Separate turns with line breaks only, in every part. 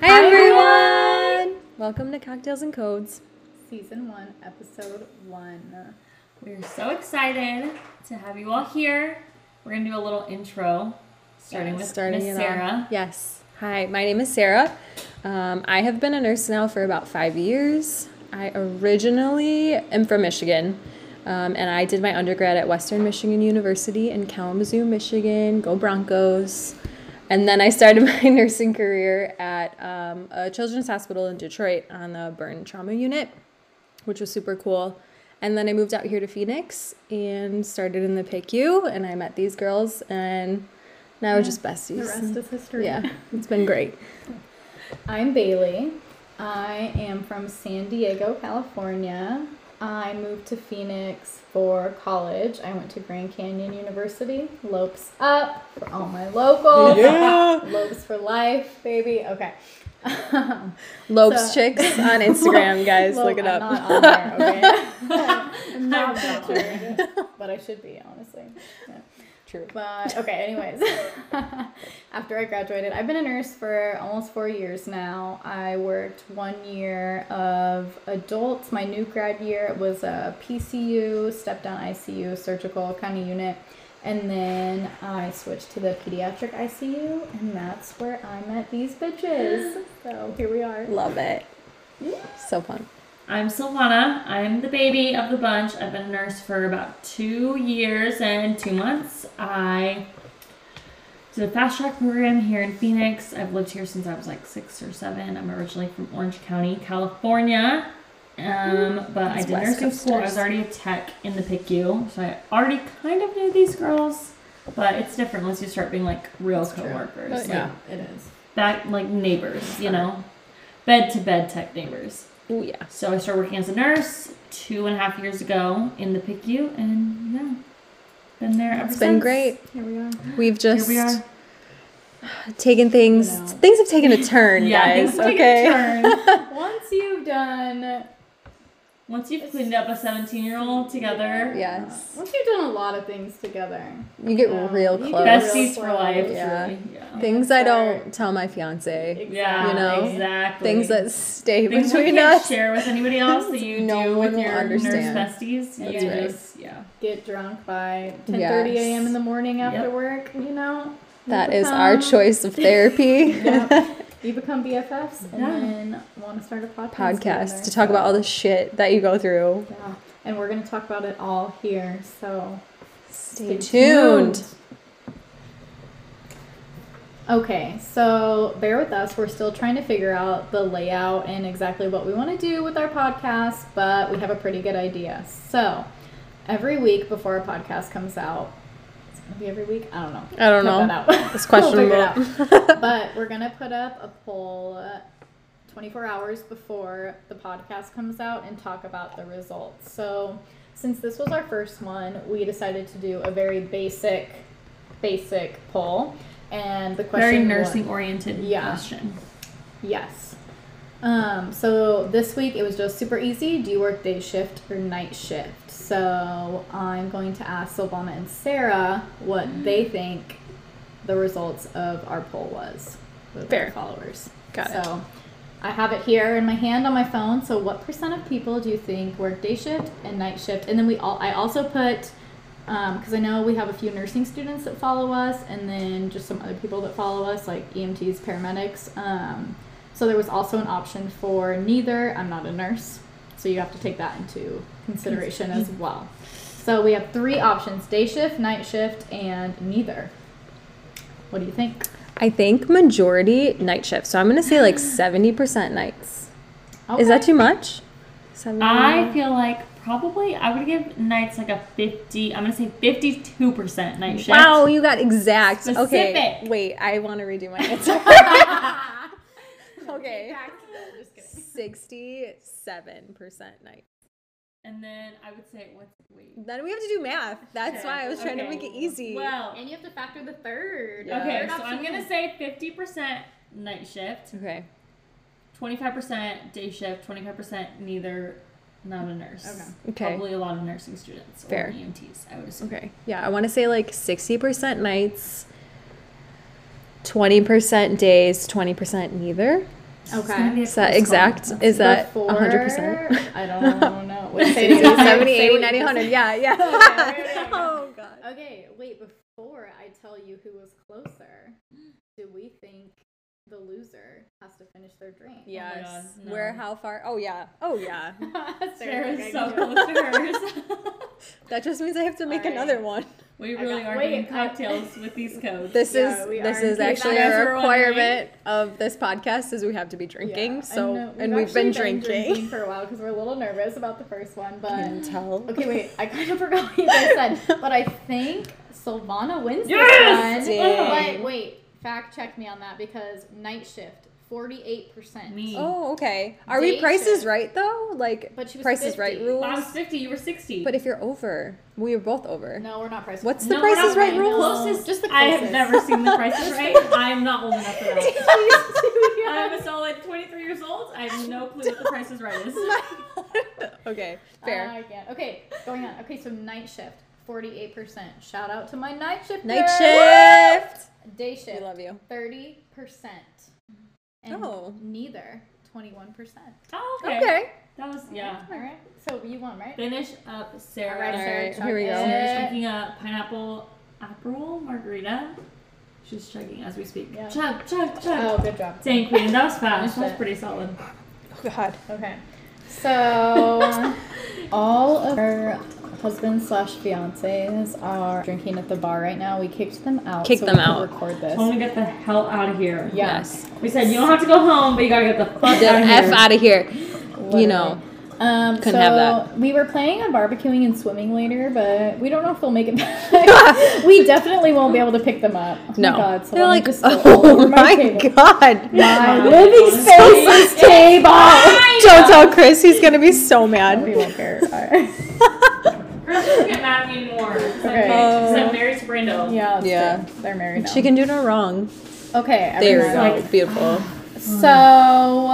Hey everyone! Welcome to Cocktails and Codes.
Season one, episode one.
We're so excited to have you all here. We're gonna do a little intro, starting with Miss
it off-
Sarah.
Yes. Hi, my name is Sarah. Um, I have been a nurse now for about five years. I originally am from Michigan, um, and I did my undergrad at Western Michigan University in Kalamazoo, Michigan. Go Broncos! And then I started my nursing career at um, a children's hospital in Detroit on the burn trauma unit, which was super cool. And then I moved out here to Phoenix and started in the PICU, and I met these girls, and now we're just besties.
The rest is history.
Yeah, it's been great.
I'm Bailey. I am from San Diego, California. I moved to Phoenix for college. I went to Grand Canyon University. Lopes up for all my locals.
Yeah.
Lopes for life, baby. Okay.
Lopes
So-
Chicks on Instagram, guys.
Lo-
Look it
I'm
up.
Not on there, okay? I'm not
I'm not.
featured, but I should be, honestly. Yeah.
True.
But okay, anyways. After I graduated, I've been a nurse for almost four years now. I worked one year of adults. My new grad year was a PCU, step down ICU, surgical kind of unit. And then I switched to the pediatric ICU, and that's where I met these bitches. So here we are.
Love it. So fun.
I'm Silvana. I'm the baby of the bunch. I've been a nurse for about two years and two months. I did a fast track program here in Phoenix. I've lived here since I was like six or seven. I'm originally from Orange County, California. Um, but I
That's
did
West
nursing school. I was
Coasters.
already a tech in the PICU, so I already kind of knew these girls. But it's different once you start being like real
That's true.
coworkers.
But
like,
yeah.
It is.
back like neighbors, you know, bed to bed tech neighbors.
Oh yeah.
So I started working as a nurse two and a half years ago in the PICU, and yeah, been there ever
It's
since.
been great.
Here we are.
We've just
Here we are.
taken things.
You know.
Things have taken a turn,
yeah,
guys.
things take a
Okay.
turn.
Once you've done
Once you've cleaned up a 17 year old together,
Yes.
Once you've done a lot of things together.
You get
Yeah.
real
You
close.
get
besties for life.
Yeah.
truly, Yeah.
Things I don't
Sorry.
tell my fiance.
Yeah,
You know,
exactly.
Things that stay
Things you
between
can't
us.
share with anybody else that you
No
do
one
with
will
your
understand.
nurse besties.
That's
you
right.
just, yeah.
Get drunk by ten thirty
Yes.
a.m. in the morning after
Yep.
work, you know?
That
You
is our
become-
choice of therapy.
Yep. you become BFFs and
Yeah.
then want to start a podcast.
Podcast
together,
to talk
so-
about all the shit that you go through.
Yeah. And we're going to talk about it all here. So
Stay tuned.
Okay, so bear with us. We're still trying to figure out the layout and exactly what we want to do with our podcast, but we have a pretty good idea. So, every week before our podcast comes out, it's going to be every week? I don't know.
I don't
Cut
know.
that out.
It's
We'll figure
questionable.
it out. but we're going to put up a poll uh, 24 hours before the podcast comes out and talk about the results. So, since this was our first one, we decided to do a very basic, basic poll. And the question
Very
was-
nursing oriented
Yeah.
question.
Yes. Um, so this week it was just super easy. Do you work day shift or night shift? So I'm going to ask Silvana and Sarah what they think the results of our poll was with
Fair.
our followers.
Got
so
it.
I have it here in my hand on my phone. So what percent of people do you think work day shift and night shift? And then we all I also put because I know we have a few nursing students that follow us, and then just some other people that follow us, like EMTs, paramedics. Um, so there was also an option for neither. I'm not a nurse, so you have to take that into consideration as well. So we have three options: day shift, night shift, and neither. What do you think?
I think majority night shift. So I'm gonna say like seventy percent nights. Is that
Okay.
too much? 70?
I feel like probably I would give nights like a 50, I'm gonna say 52% night shift.
Wow, you got exact. Okay,
Specific.
wait. I want to redo my answer. okay,
Just kidding.
sixty-seven percent night.
And then I would say, what's, wait.
Then we have to do math. That's why I was trying to
Okay.
make it easy.
Well,
And you have to factor the third.
Yeah.
okay,
Third
so I'm
option
gonna
is-
say 50% night shift,
Okay.
25% day shift, 25% neither, not a nurse.
Okay.
Okay.
Probably a lot of nursing students
Fair.
or EMTs, I would assume.
Okay. Yeah, I want to say like sixty percent nights, twenty percent days, twenty percent neither.
It's
Okay.
gonna be a
Is that
close call.
exact? Is that
Before-
100%?
I don't know. What say to you?
70,
Say
80,
what
90,
you
100. Yeah, yeah.
Oh,
God.
Okay, wait, before I tell you who was closer, do we think the loser has to finish their drink?
Yes.
God, no.
Where, how far? Oh, yeah. Oh, yeah.
Sarah's
Sarah's
like,
so
I can do it.
close to hers.
That just means I have to make
All right.
another one.
We
I
really
got-
are
wait,
doing
I-
cocktails with these codes.
This
Yeah,
is
we
this
are.
is
Okay,
actually
guys
a
were wondering.
requirement of this podcast is we have to be drinking.
Yeah,
so
uh,
and, we've been,
actually
drinking.
for a while because we're a little nervous about the first one,
Can you
but
tell?
okay, wait, I kind of forgot what you guys said, but I think Silvana wins
Yes! Oh,
this
Dang.
one. But wait, fact check me on that because night shift, forty-eight percent.
Me.
Oh, okay. Are we
Day
prices
shift.
right though? Like
But she was
Price is Right
50.
rules.
I was 50, you were 60.
But if you're over, we are both over.
No, we're not price.
What's the
No,
Price
we're
is
not
Right
right.
rules?
Closest-
Just the
I have
closest.
never seen the prices right. I'm not old enough for that. I'm a solid 23 years old. I have no clue what the price is right is.
okay, fair.
Uh, yeah. Okay, going on. Okay, so night shift, forty-eight percent. Shout out to my night shift.
Night shift.
Day
We
shift,
love you.
thirty percent. And
Oh.
neither, twenty-one percent.
Oh, okay.
Okay.
That was, yeah.
All right. So you won, right?
Finish up, Sarah.
All right,
All
Sarah,
right,
chug
here we go.
it.
Sarah's drinking a pineapple Aperol margarita. She's chugging as we speak.
Yeah.
Chug, chug, chug.
Oh, good job.
Dang, Queen, that was fast.
Finished
That was
it.
pretty solid.
Oh God.
Okay. So all of her husbands slash fiancés are drinking at the bar right now. We kicked them out.
Kicked
so
them
we could
out.
Record this.
Tell me to get the hell out of here.
Yeah.
Yes.
We said you don't have to go home, but you gotta get the fuck
The
out of here.
F out of here. You know.
Literally. Um,
Couldn't
so
have that.
we were planning on barbecuing and swimming later, but we don't know if they'll make it back. we definitely won't be able to pick them up. Oh
No.
My God, so
They're
let me
like,
just spill all
oh
over
my
my, table.
God.
My
God.
living spaces table.
Don't tell Chris. He's gonna be so
We
mad.
won't care. All right.
Chris doesn't get mad at me anymore. Because
Okay.
Oh.
I'm married to Brando.
Yeah. that's
Yeah.
good. They're married now.
She can do no wrong.
Okay.
There
everyone.
we go. Beautiful.
So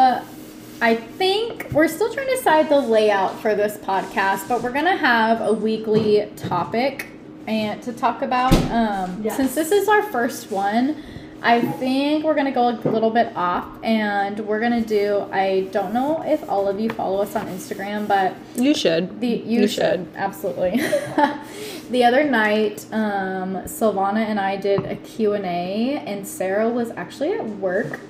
I think we're still trying to decide the layout for this podcast, but we're gonna have a weekly topic and to talk about. Um,
Yes.
Since this is our first one, I think we're gonna go a little bit off, and we're gonna do. I don't know if all of you follow us on Instagram, but
You should.
the you,
You
should.
should.
absolutely. the other night, um, Silvana and I did a Q and A, and Sarah was actually at work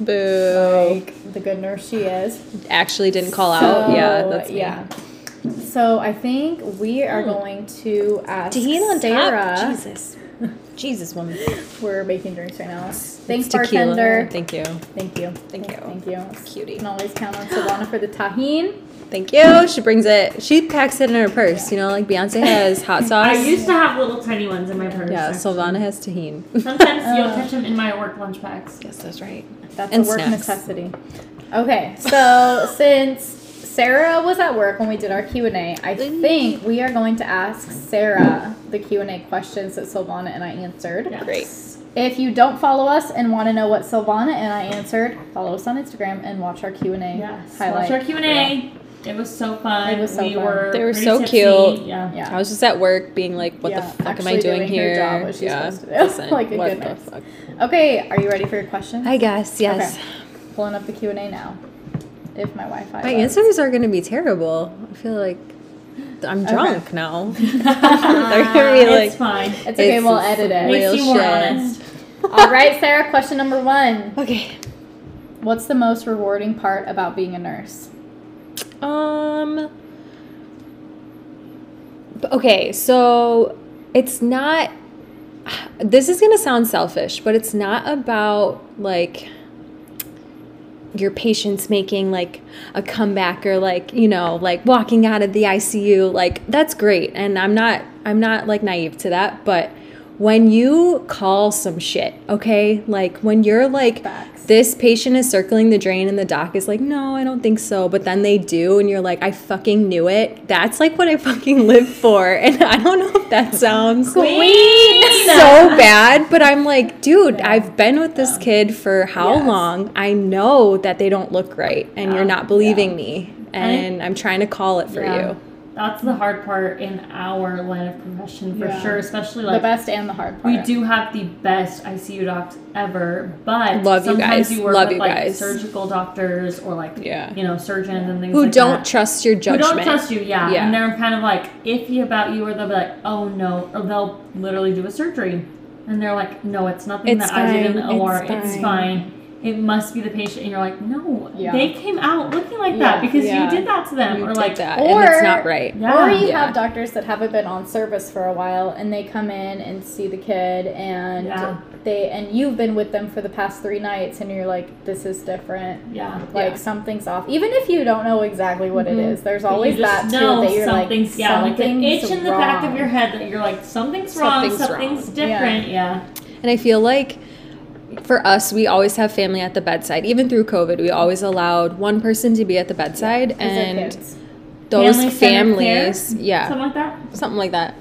Boo.
like the good nurse she is.
Actually didn't call out. Yeah,
So,
that's me. Hmm.
yeah. So I think we are going to ask Sarah.
Jesus. Jesus, woman.
We're making drinks right now. Thanks,
It's tequila.
bartender.
Thank you.
Thank you.
Thank you.
Thank you. You
Cutie.
can always count on Savannah for the tahine.
Thank you. She brings it. She packs it in her purse. You know, like Beyonce has hot
I
sauce.
used to have little tiny ones in my purse.
yeah,
actually.
Silvana has tahini.
Sometimes you'll
Uh.
catch them in my work lunch packs.
yes, that's right.
That's
And
a work
snacks.
necessity. Okay, so since Sarah was at work when we did our Q and A, I think we are going to ask Sarah the Q and A questions that Silvana and I answered.
Yes.
Great.
If you don't follow us and want to know what Silvana and I answered, follow us on Instagram and watch our Q and A
Yes.
highlight.
Watch our Q and A. It was so fun.
It was so
we
fun.
Were
They were
pretty
so
tipsy.
cute.
Yeah.
Yeah.
I was just at work being like, what
Yeah,
the fuck am I
actually
doing,
doing her
here?
job, what she's
yeah.
supposed to do.
Listen,
Like a
what
good
the
nurse.
fuck?
Okay, are you ready for your question?
I guess, yes.
Pulling up the Q and A now. If my Wi-Fi.
My
loads.
answers are going to be terrible. I feel like I'm drunk now. They're going to be
It's
like,
fine.
It's okay.
It's
we'll edit it.
real
Makes you more
shit.
honest.
All right, Sarah. Question number one.
okay.
What's the most rewarding part about being a nurse?
Um. b- Okay, so it's not. This is gonna sound selfish, but it's not about like your patients making like a comeback or like you know like walking out of the ICU. Like that's great, and I'm not I'm not like naive to that, but when you call some shit, okay, like when you're like
Facts.
this patient is circling the drain and the doc is like, no, I don't think so. But then they do, and you're like, I fucking knew it. That's like what I fucking live for. And I don't know if that sounds
Queen.
so bad, but I'm like, dude, I've been with this kid for how
Yes.
long? I know that they don't look right, and
Yeah.
you're not believing me.
And I-
And I'm trying to call it for
Yeah.
you.
that's the hard part in our line of profession for
Yeah.
sure, especially
the
like
best and the hard part.
we do have the best ICU docs ever, but
Love you
sometimes
guys.
you work
Love
with
you
like
guys.
surgical doctors or like
Yeah.
you know surgeons and things
Who
like
don't
that.
trust your
who
judgment.
don't trust you, yeah.
Yeah.
and they're kind of like iffy about you, or they'll be like, oh no, or they'll literally do a surgery, and they're like, no, it's nothing
It's
that I did in the
fine.
OR,
It's
it's,
fine."
fine. It must be the patient, and you're like, no,
Yeah.
they came out looking like
Yeah,
that because
yeah.
you did that to them,
You
or
did
like
that, and it's
or-
not right.
Yeah.
or you
Yeah.
have doctors that haven't been on service for a while and they come in and see the kid and
Yeah.
they and you've been with them for the past three nights and you're like, this is different.
yeah. Mm-hmm.
Like
Yeah.
something's off. Even if you don't know exactly what it
Mhm.
is, there's always
you just
that too
know
that you're
something's
like
yeah, like an
something's
itch in the back of
wrong.
your head that you're like something's wrong,
Something's
something's,
wrong.
different, yeah.
And I feel like for us, we always have family at the bedside. Even through COVID, we always allowed one person to be at the bedside,
These are
and
kids.
those
centered care?
families, yeah,
something like that.
something like that.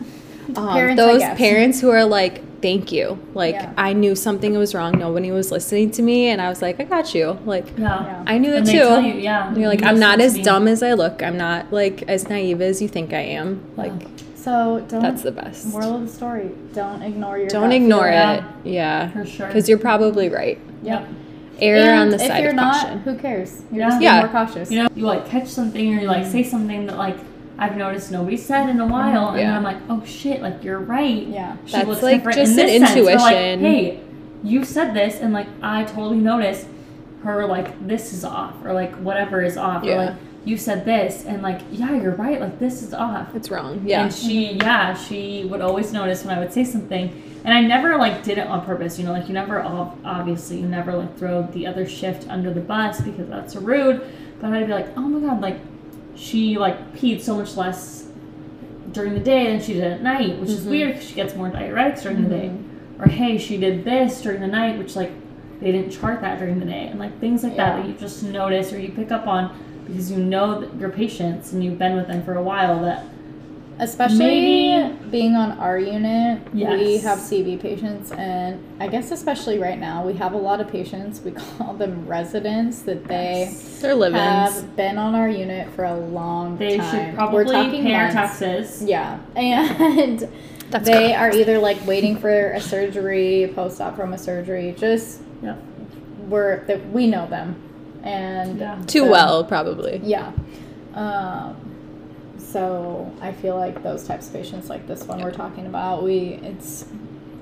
Um,
Parents, I
those
guess.
parents who are like, "Thank you." Like
Yeah.
I knew something was wrong. Nobody was listening to me, and I was like, "I got you." Like
Yeah,
I knew it
and
too.
they tell you, yeah,
You're like,
you
"I'm
listen
not
to
as
me."
dumb as I look. I'm not like as naive as you think I am." Like
So don't
that's the best.
moral of the story. Don't ignore your
Don't
gut
ignore
feeling.
yeah.
it. Yeah,
for sure.
because you're probably right.
Yep.
Err
and
on the
if
side
you're
of
not,
caution.
who cares? You're
Yeah.
just
Yeah.
being more cautious.
you know, you like catch something or you like say something that like I've noticed nobody said in a while, and
Yeah.
then I'm like, oh shit, like you're right.
Yeah.
she
That's,
looks
like,
different
just
in this
an
sense. Or, like,
intuition.
hey, you said this, and like I totally noticed her like this is off, or like whatever is off,
Yeah.
or like you said this, and like yeah, you're right, like this is off.
It's wrong. Yeah.
And she, yeah, she would always notice when I would say something. And I never like did it on purpose, you know, like you never ob- obviously you never like throw the other shift under the bus because that's rude. But I'd be like, oh my god, like she like peed so much less during the day than she did at night, which is weird because she gets more diuretics during the day. Or hey, she did this during the night, which like they didn't chart that during the day, and like things like that
Yeah.
that you just notice or you pick up on because you know that your patients and you've been with them for a while that
Especially
Maybe-
being on our unit, we
Yes.
have CV patients, and I guess especially right now, we have a lot of patients. We call them residents that they
They're living.
have been on our unit for a long
They
time.
should probably
We're talking
pay our
months.
taxes.
Yeah, and
That's
they are either like waiting for a surgery, post op from a surgery. Just
Yeah.
we're that we know them, and
Yeah.
too
so-
well, probably.
Yeah. Um, so I feel like those types of patients, like this one we're talking about, we it's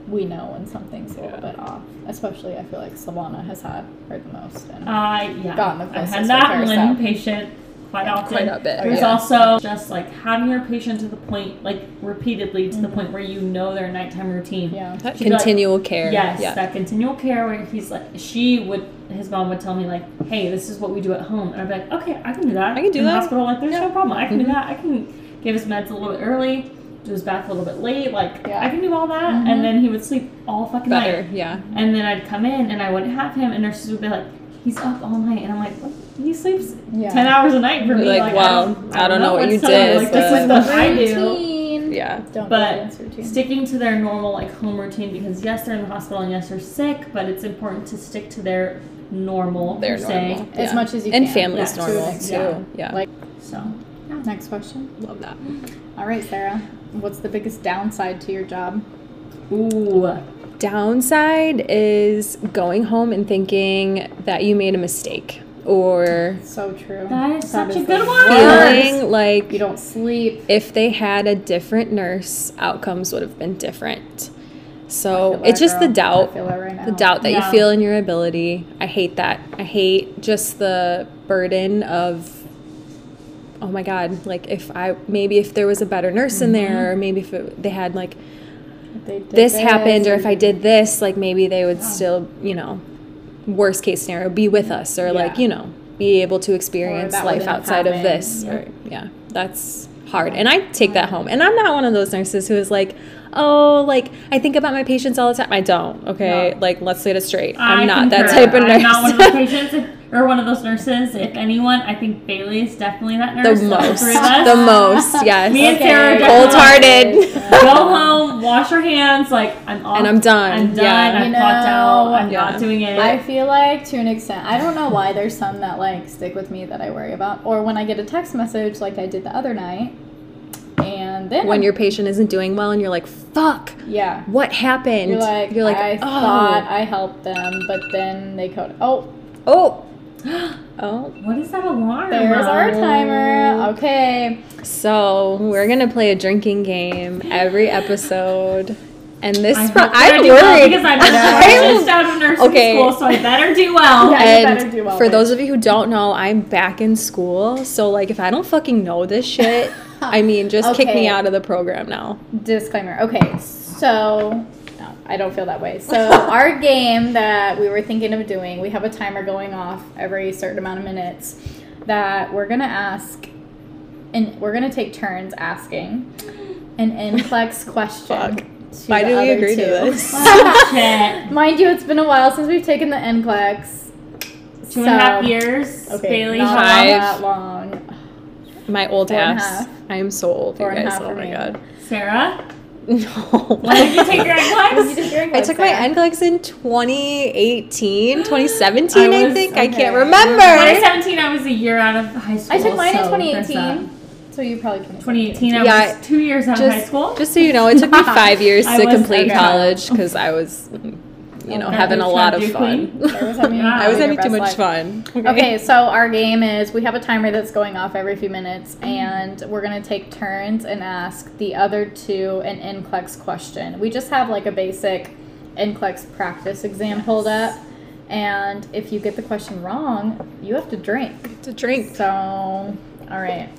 we know when something's a little bit off. Especially, I feel like Solana has had her the most. And
Uh, yeah.
Gotten the
I've
closest
had
with
that
her,
one
so.
patient quite often.
Quite a bit.
There's
yeah.
also just like having your patient to the point, like repeatedly to the point where you know their nighttime routine.
yeah,
That
She'd be like,
continual care.
Yes,
Yeah.
that continual care where he's like, she would, his mom would tell me like, hey, this is what we do at home, and I'd be like, okay, I can do that.
I can do
In the
that.
Hospital, like, there's no problem. I can
Mhm.
do that. I can give his meds a little bit early, do his bath a little bit late. Like,
Yeah.
I can do all that,
Mhm.
and then he would sleep all fucking night.
Better. Yeah.
And then I'd come in and I wouldn't have him, and nurses would be like, he's up all night. And I'm like, "Well, he sleeps
yeah.
10 hours a night for
You're
me.
like, wow, I don't know what you
what's up.
did,
Like, this is
but-
what I do.
Yeah.
Don't
But
do dance routine.
Sticking to their normal, like, home routine because, yes, they're in the hospital and, yes, they're sick, but it's important to stick to their normal,
They're
per se.
normal.
as
yeah.
much as you
And
can.
family's
Yeah.
normal
Food,
too.
yeah.
Yeah.
Like-
So,
Next question.
Love that.
All right, Sarah. What's the biggest downside to your job?
ooh,
Downside is going home and thinking that you made a mistake or
So true.
that is
That
such
is
a good
the
one.
worst.
feeling like
You don't sleep.
if they had a different nurse, outcomes would have been different.
I
So
feel
Oh, it's
that,
just the
girl.
doubt.
I feel that right now.
the doubt that
Yeah.
you feel in your ability. I hate that. I hate just the burden of oh my god, like if I maybe if there was a better nurse in there or maybe if it, they had like
If they did
this happened or if I
and-
did this, like maybe they would still, you know, worst case scenario be with us or like,
Yeah.
you know, be able to experience
that
life
wouldn't have
outside of this
happened.
or yeah. That's hard. And I take that home. And I'm not one of those nurses who is like, "Oh, like I think about my patients all the time." I don't. Okay?
No.
Like let's get it straight.
I
I'm not that
concur.
type of nurse.
I'm not one of those patients if- or one of those nurses. If anyone, I think Bailey is definitely that
the
nurse. of
most.
three of us.
The most. Yes.
Me and Sarah
Okay.
are
Cold hearted.
Go home, wash your hands. Like I'm off.
And I'm done.
I'm done.
Yeah.
I'm
You
clocked
know,
out. I'm
Yeah.
not doing it.
I feel like to an extent, I don't know why there's some that like stick with me that I worry about, or when I get a text message like I did the other night, Um, then
when your patient isn't doing well and you're like, fuck,
yeah,
what happened?
you're like,
You're like,
I
oh,
thought I helped them, but then they code. Oh,
oh, oh.
What is that alarm?
there's our timer. Okay,
So we're gonna play a drinking game every episode, and this
I
I
hope that I
I'm
do well
worried.
because I'm just out of nursing
Okay.
school, so I better do well.
Yeah. you better
and
do well,
for
bitch.
those of you who don't know, I'm back in school, so like if I don't fucking know this shit, I mean, just kick
Okay.
me out of the program now.
disclaimer. Okay, so. No, I don't feel that way. So our game that we were thinking of doing, we have a timer going off every certain amount of minutes that we're gonna ask, and we're gonna take turns asking an inflex question.
Fuck.
to
Why
the
do we
other
agree to
two.
this?
Shit.
Mind you, it's been a while since we've taken the NCLEX.
Two and a half years.
Okay,
Bailey
not
High.
that long.
My old
Four and a
ass.
half.
I am so old,
Four
you
and a
guys.
half
Oh
for
my
me.
god.
Sarah,
No.
when did you take your NCLEX?
I took my NCLEX E in 2018, 2017,
I
I,
was-
think. I
okay.
can't remember.
2017, I was a year out of high school.
I took mine in
uh,
so that's up.
2018. So you probably can.
2018, I
Yeah,
was two years out of high
just,
school.
just so you know, it took me five years
I
to
was
complete
okay.
college because I was, you know,
Apparently
having a
it's not
lot of
Duke
fun.
Queen.
I was having,
Yeah.
I was
your
having too much
best life.
fun.
Okay, so our game is we have a timer that's going off every few minutes,
Mm-hmm.
and we're gonna take turns and ask the other two an NCLEX question. We just have like a basic NCLEX practice exam pulled up, and if you get the question wrong, you have to drink.
to drink.
So, all right.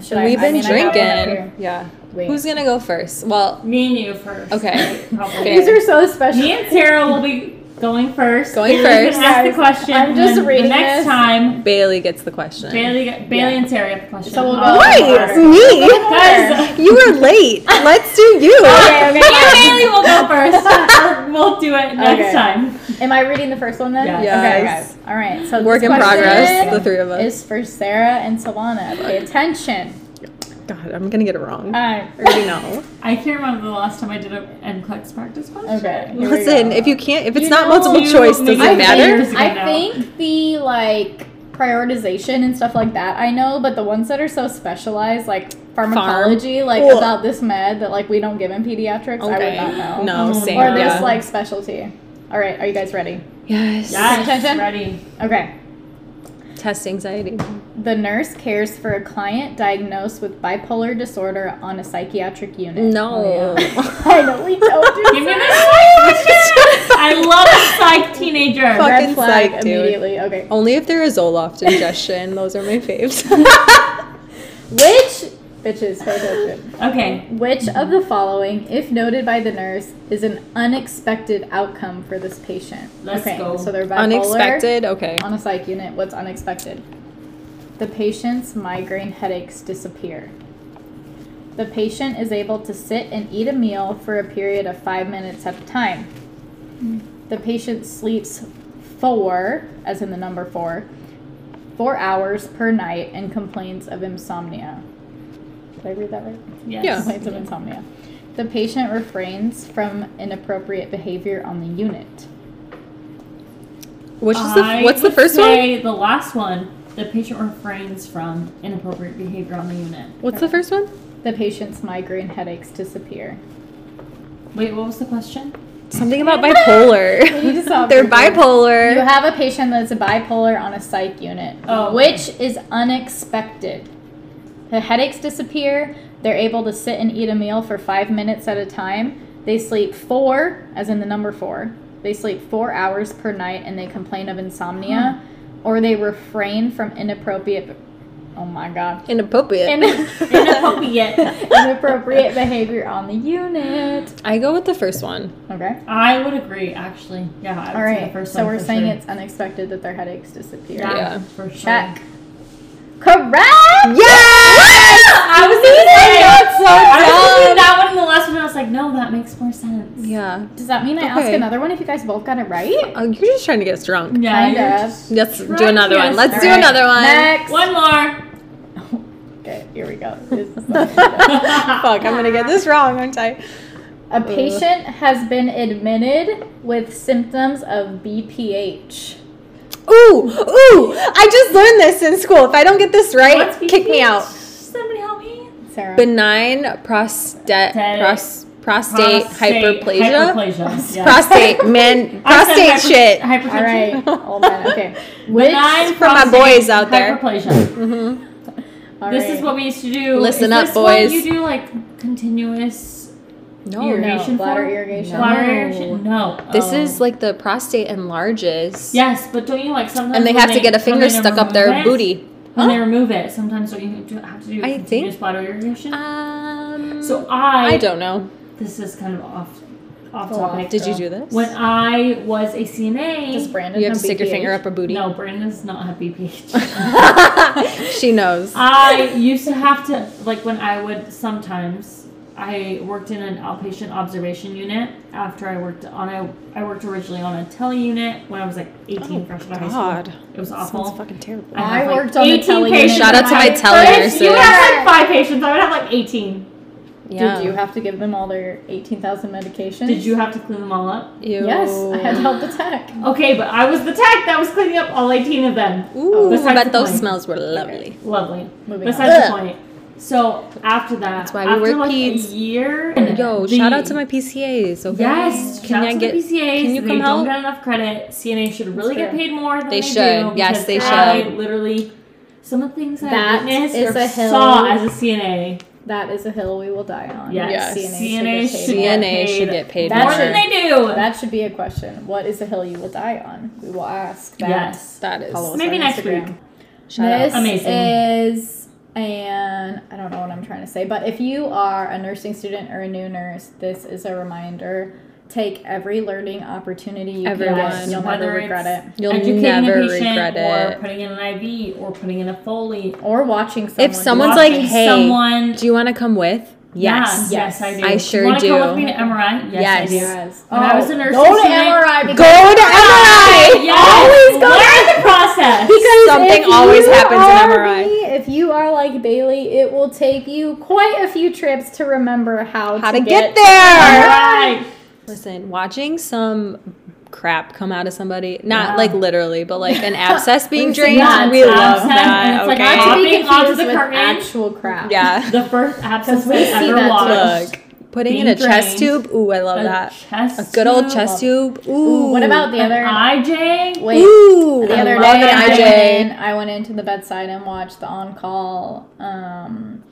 Should
We've been
mean, I got one up
drinking.
here.
Yeah.
Wait.
Who's gonna go first? Well,
Me and you first.
Okay.
Probably.
Fair.
These are so special.
Me and Sarah will be going first.
Going
Bailey's
first.
gonna ask the question.
I'm
and
just
then
reading
The next
this.
time,
Bailey gets the question.
Bailey, Bailey and Sarah have the question. Oh,
So we'll go-
I'll
Wait,
first.
me?
Guys,
You were late. Let's do you.
Okay, okay,
me and
okay.
Bailey will go first. Or we'll do it next
Okay.
time.
Am I reading the first one then?
Yes.
Yes.
Okay, guys. All right. So
Work
this
in
question
progress, the three of us.
is for Sarah and Solana. Pay attention.
God, I'm gonna get it wrong. I
Uh,
already know.
I can't remember the last time I did an NCLEX practice question.
Okay. Here we
Listen,
go.
if you can't, if it's
You
not
know,
multiple
you
choice, does
make
it
it
I
matter?
easier.
Think, I think the like prioritization and stuff like that I know, but the ones that are so specialized, like pharmacology, like
Ugh.
about this med that like we don't give in pediatrics, I would
Okay.
not
No,
know.
Oh,
same.
Or
no.
this
yeah.
like specialty. All right, are you guys ready?
yes.
Yes,
Attention.
ready.
Okay.
Test anxiety.
The nurse cares for a client diagnosed with bipolar disorder on a psychiatric
Mm.
unit.
No.
I know we don't do
Give me
that.
this I love a psych teenager.
Fuck.
Red
Fucking
flag
psych, dude.
immediately. Okay.
Only if they're a Zoloft ingestion. Those are my faves.
Which bitches pay attention.
Okay.
Which of the following, if noted by the nurse, is an unexpected outcome for this patient?
Let's
okay,
go.
So they're bipolar
Unexpected. Okay.
on a psych unit. What's unexpected? The patient's migraine headaches disappear. The patient is able to sit and eat a meal for a period of five minutes at a time. The patient sleeps four, as in the number four, four hours per night and complains of insomnia. Did I read that right?
Yes.
Yeah.
Complains of insomnia. The patient refrains from inappropriate behavior on the unit.
Which is the
I
what's the
would
first one?
say The last one. The patient refrains from inappropriate behavior on the unit.
What's the first one?
The patient's migraine headaches disappear.
Wait, what was the question?
Something about bipolar.
need to solve
they're
your problem. You
bipolar.
have a patient that's a bipolar on a psych unit,
Oh.
which is unexpected. The headaches disappear. They're able to sit and eat a meal for five minutes at a time. They sleep four, as in the number four. They sleep four hours per night and they complain of insomnia, or they refrain from inappropriate. Oh my god.
Inappropriate.
In-
Inappropriate.
inappropriate behavior on the unit.
I go with the first one.
Okay.
I would agree, actually. Yeah, I would
All
say
right.
the first
so
one
we're
for
saying
sure.
it's unexpected that their headaches disappear.
yeah,
Yeah.
for sure.
Check. Correct.
Yes!
I was gonna say
that's so
I was gonna do
dumb.
Oh, that one and the last one. I was like, no, that makes more sense.
Yeah.
Does that mean I ask
Okay.
another one if you guys both got it right?
Oh, you're just trying to get us drunk.
Yeah.
Kind
you're
of.
just-
Let's do
Right,
another
yes.
one. Let's do
All right.
another one.
Next.
One more.
Okay, here we go. This is not-
Fuck, I'm gonna get this wrong, aren't I?
a patient has been admitted with symptoms of BPH.
Ooh, ooh! I just learned this in school. If I don't get this right,
What's
kick me
BPH?
out.
Somebody help me.
Sarah.
benign prostate pros, prostate, hyperplasia.
Hyperplasia. yeah.
Prostate man,
I said
prostate
hyper-
shit.
Hypertension.
All right. All that. Okay. Which,
Benign
for my
prostate
boys out there.
Hyperplasia.
Mm-hmm.
all
This
right.
is what we used to do. Is
Listen up,
this when
boys.
You do like continuous
No,
Urination
no, bladder
form?
irrigation.
bladder irrigation. No.
this
Oh.
is like the prostate enlarges.
Yes, but don't you like sometimes?
and they
when
have to get a
when
finger
they
stuck
remove
up their
it,
booty.
When they
Huh?
remove it, sometimes don't you do- have to do
I
continuous
think-
bladder irrigation?
Um,
so I,
I don't know.
This is kind of off, off
Oh,
topic.
Did you do this?
When I was a CNA,
Does Brandon
you have to
have
stick your
BPH?
finger up a booty.
no, Brandon does not have BPH.
she knows.
I used to have to like when I would sometimes I worked in an outpatient observation unit after I worked on a I worked originally on a tele unit when I was like 18
Oh,
freshman high
God.
school. It was awful.
Sounds fucking terrible.
I
have,
worked on a
18
tele
patients
unit.
Shout out to my tele
If You would
nurses.
have like five patients. I would have like 18.
Yeah.
Did you have to give them all their 18,000 medications?
Did you have to clean them all up?
Ew.
Yes, I had to help the tech.
Okay, but I was the tech that was cleaning up all 18 of them.
Ooh,
Besides the
but those
point.
smells were lovely.
Lovely.
Moving
Besides
on.
the point. So after that,
That's why we
after
wear
like
peds.
a year,
Yo,
the-
shout out to my PCAs. Okay.
Yes,
Can
shout
I
out to
get?
the PCAs.
can you
they
come
don't
help?
get enough credit. CNA should really get
That's fair.
paid more than
They
they,
should.
do. because
Yes, they
I
should.
literally, some of the things
That
I witnessed
is
or
a hill.
saw as a CNA.
That is a hill we will die on.
Yes,
Yes.
CNA
CNA should get
CNA
should get paid.
should
paid
get paid
more
more.
than they do.
That should be a question. What is a hill you will die on? We will ask that.
yes,
That is.
Follow us
maybe
on
next
Instagram.
week.
Shout
this
out.
Amazing.
is and I don't know what I'm trying to say, but if you are a nursing student or a new nurse, this is a reminder. Take every learning opportunity you can
Everyone.
get. You'll
Whether
never
it's
regret it.
You'll
educating
never
a patient
regret
or
it.
putting in an IV or putting in a Foley.
Or watching someone.
if someone's
do it.
like,
Watching
"Hey,
someone-
do you want to come with?" Yes.
Yeah, yes, I do.
I
You
sure
wanna
do.
Come with me to MRI. Yes,
Yes.
I do.
yes.
When I was a nursing
Oh, go to
student-
MRI because
Go to MRI.
Yes.
Always go.
Learn the process.
Because
Something
if
always
you
happens in
are
MRI.
me, if you are like Bailey, it will take you quite a few trips to remember how,
How to get
get,
there?
Right.
Listen, watching some crap come out of somebody, not
Yeah.
like literally, but like an abscess being
We've
drained.
seen that.
we love
Abscess, and
that.
it's like,
Okay.
Not to be
Hopping onto
confused
the
with
curtain.
actual crap.
yeah.
The first abscess
'Cause we
I
see
ever
that
watched.
Look, putting in
Being
a chest
drained.
tube. Ooh, I love
A
that.
chest
A good old
tube,
chest tube. Ooh.
Ooh, what about the
An
other?
IJ.
wait,
Ooh,
the
I
other
love
day
an
I,
IJ.
went in, I went into the bedside and watched the on-call um,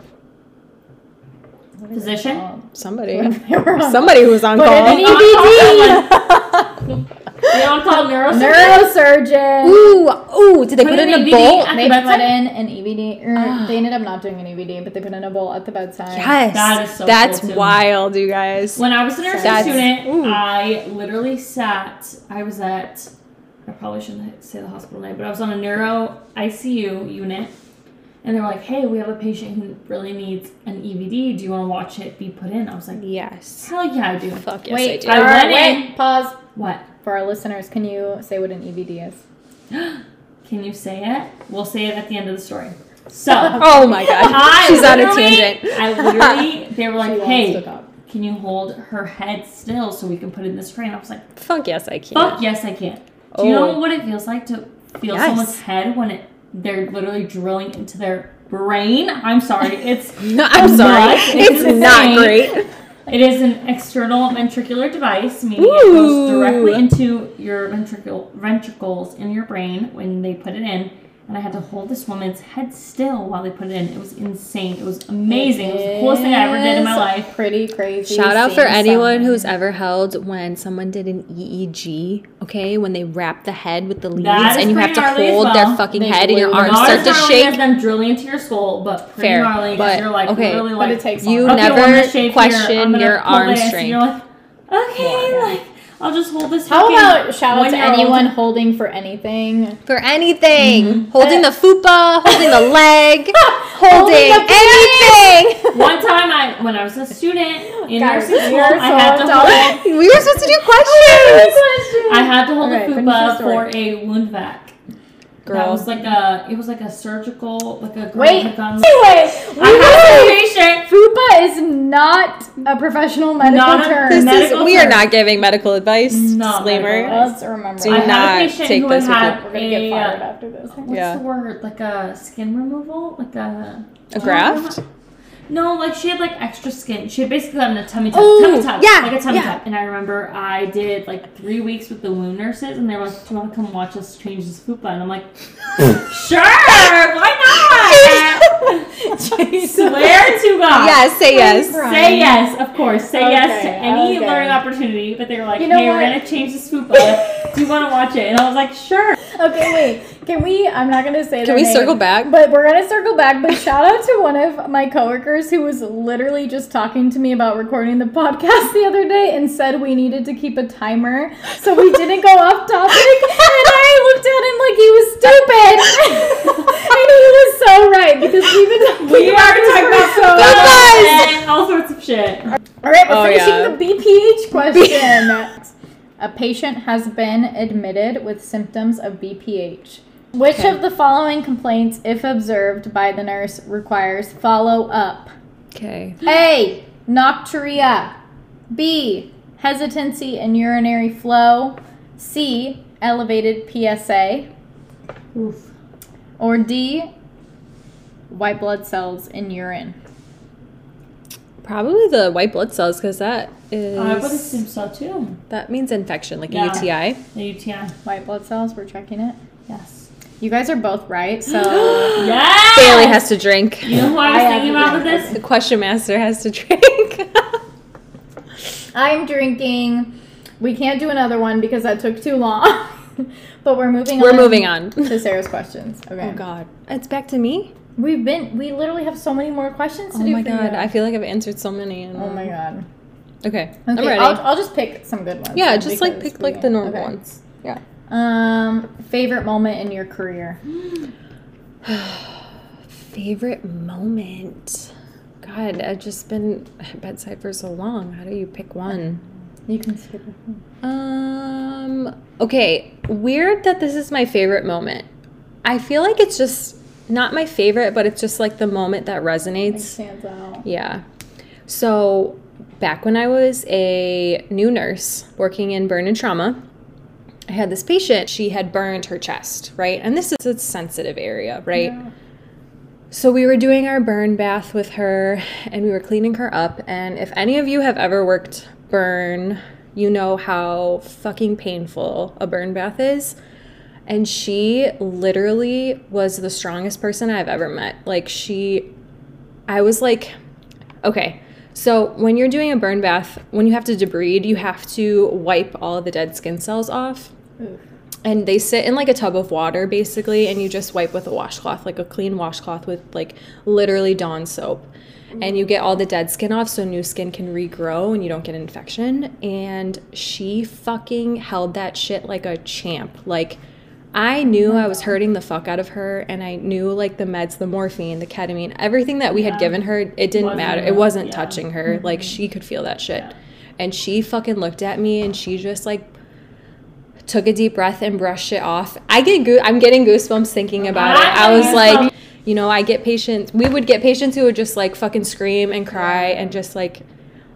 Physician?
um,
Somebody,
they were on-
somebody who's on
Put it
call.
in
On
EBD.
They don't call neurosurgeon.
Neurosurgeon.
Ooh, ooh, did they put
Put it
it in a
in E DVD.
bowl?
They
At
put
the bedside?
in an EBD. er, they ended up not doing an EBD, but they put in a bowl at the bedside.
Ah. Yes,
That is so
that's
cool, too.
wild, you guys.
When I was a nursing
That's-
student,
ooh.
I literally sat. I was at. I probably shouldn't say the hospital name, but I was on a neuro ICU unit, and they were like, "Hey, we have a patient who really needs an EVD. Do you want to watch it be put in?" I was like,
yes,
"Hell yeah, I do."
fuck yes,
Wait,
I
I
do.
or
went
wait, pause.
What?
For our listeners, can you say what an EBD is?
Can you say it? We'll say it at the end of the story. So.
Oh my god,
I
she's on a
literally-
tangent.
I literally, they were
She
like,
wants
hey,
to talk.
can you hold her head still so we can put in this tray? And I was like,
Fuck yes, I can.
fuck yes, I can. Do you
Oh.
know what it feels like to feel
Yes.
someone's head when it they're literally drilling into their brain? I'm sorry, it's
No, I'm sorry,
It's
it's
insane.
not great.
it is an external ventricular device, meaning it goes
Ooh.
directly into your ventricle ventricles in your brain when they put it in. And I had to hold this woman's head still while they put it in. It was insane. It was amazing. It was the coolest thing I ever did in my
It's
life.
Pretty crazy.
Shout out for
seeing
anyone
someone.
who's ever held when someone did an EEG, okay? When they wrap the head with the leaves
That is
and you have to
pretty gnarly as
hold
well.
their fucking
They
head and your
glue
arms
them.
Not
start
as
to
gnarly as
shake.
them drilling into your skull, but pretty
Fair,
gnarly 'cause
but-
you're like
okay.
really
But
like
it takes
You
longer.
okay, well, I'm gonna
never
shave here, I'm
question
gonna
your
pull
arm
this, and
strength.
You're like, okay, like I'll just hold this.
How
fucking
about shout out to
one-year-old
anyone holding for anything?
For anything.
Mm-hmm.
Holding the
But-
fupa, holding the leg, holding
the
anything.
One time, I when I was a student in
Guys,
nursing
we
school,
are
I
so
had to hold,
we were supposed to do questions.
I had to hold
Alright,
a
finish your
fupa
story.
for a wound vac. That
Girl.
was like a it was like a surgical like a girl
Wait.
with a gun.
Anyway,
I had a patient.
FUPA is not a professional medical
Not a-
term.
this is,
medical
we are
term.
not giving medical advice.
Not
disclaimer.
medical advice.
Oh, Let's remember.
Do
I
that.
not
had a patient
take
who
this with
had
We're gonna get
a,
fired
uh,
after this.
What's
Yeah.
the word? Like a skin removal? Like a
A graft?
No, like she had like extra skin. She had basically gotten a tummy tuck,
Oh,
tummy tuck,
yeah,
like a tummy
yeah.
tuck. And I remember I did like three weeks with the wound nurses, and they were like, "Do you want to come watch us change this fupa?" And I'm like, "Sure, why not? Swear to God,
Yes, say yes.
Say yes, of course. Say yes to
Okay,
any
okay.
learning opportunity. But they were like,
You know
"Hey, we're
what?
gonna change this fupa. Do you want to watch it?" And I was like, "Sure."
Okay, wait. Can we? I'm not gonna say.
Can we circle back?
But we're gonna circle back. But shout out to one of my coworkers who was literally just talking to me about recording the podcast the other day and said we needed to keep a timer so we didn't go off topic. and I looked at him like he was stupid, and he was so right because we've been talking
We
about
are
this
talking
for
about
so
fupa
long.
and all sorts of shit.
All right, we're
Oh,
finishing
yeah.
the BPH question. a patient has been admitted with symptoms of BPH. Which
Okay.
of the following complaints, if observed by the nurse, requires follow up?
Okay.
A. Nocturia. B. Hesitancy in urinary flow. C. Elevated PSA.
Oof.
Or D. White blood cells in urine.
Probably the white blood cells because
Uh,
that is
I would assume so too.
that means infection, like a
Yeah.
UTI.
The UTI.
White blood cells, we're checking it.
Yes.
You guys are both right, so.
Yes!
Bailey has to drink.
You know who I
I
was
have
thinking
to
about with
drink.
this?
The question master has to drink.
I'm drinking. We can't do another one because that took too long. but we're moving
We're
on.
moving on.
to Sarah's questions. Okay.
Oh God, it's back to me.
We've been we literally have so many more questions to
oh
do.
my
for
God,
you.
I feel like I've answered so many. And,
Oh my god.
Okay, I'm
Okay,
ready.
I'll, I'll just pick some good ones.
yeah, just like
because
pick
we-
like the normal
okay.
ones. Yeah.
Um, favorite moment in your career?
Favorite moment. God, I've just been at bedside for so long. How do you pick one?
You can skip it.
Um. Okay. Weird that this is my favorite moment. I feel like it's just not my favorite, but it's just like the moment that
It
resonates.
stands out.
Yeah. So back when I was a new nurse working in burn and trauma, I had this patient. She had burned her chest, right? And this is a sensitive area, right? So we were doing our burn bath with her and we were cleaning her up. And if any of you have ever worked burn, you know how fucking painful a burn bath is. And she literally was the strongest person I've ever met. Like, she, I was like, okay. So when you're doing a burn bath, when you have to debride, you have to wipe all the dead skin cells off
Oof.
and they sit in like a tub of water basically and you just wipe with a washcloth like a clean washcloth with like literally dawn soap and you get all the dead skin off so new skin can regrow and you don't get an infection and she fucking held that shit like a champ like I knew I was hurting the fuck out of her and I knew like the meds the morphine the ketamine everything that we had given her it didn't
Wasn't
matter it
enough,
wasn't
yeah. Mm-hmm.
touching her like she could feel that shit and she fucking looked at me and she just like took a deep breath and brushed it off. I get goo- I'm getting goosebumps thinking about it. I was like, you know, I get patients. We would get patients who would just like fucking scream and cry and just like,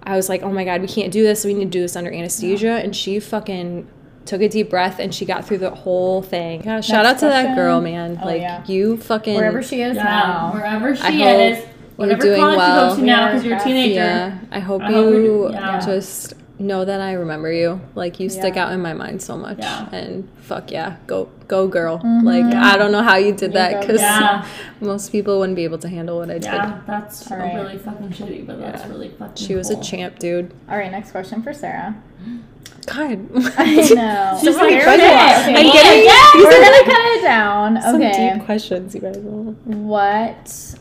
I was like, oh my god, we can't do this. We need to do this under anesthesia. And she fucking took a deep breath and she got through the whole thing. Yeah, shout out
Next
to that girl,
question.
man.
Oh,
like
yeah.
you fucking
Wherever she is
Yeah,
now.
wherever she
I hope
is, whatever
doing
college you
well.
go to now
Yeah,
because you're a
yeah.
teenager.
Yeah, I hope
I hope we do-
you
yeah.
just know that I remember you. Like you stick
Yeah.
out in my mind so much.
Yeah.
And fuck yeah, go go girl.
Mm-hmm.
Like I don't know how you did that
go
because
Yeah.
most people wouldn't be able to handle what I did.
Yeah, that's
All right.
really fucking shitty, but that's
Yeah.
really fucking
She was a
cool.
champ, dude.
All right, next question for Sarah.
God,
I know.
She's like,
Sarah-
"Fuck it."
okay,
I'm
Yeah,
getting
yeah.
these
We're
are
gonna cut it down.
some
okay.
deep questions, you guys. All.
What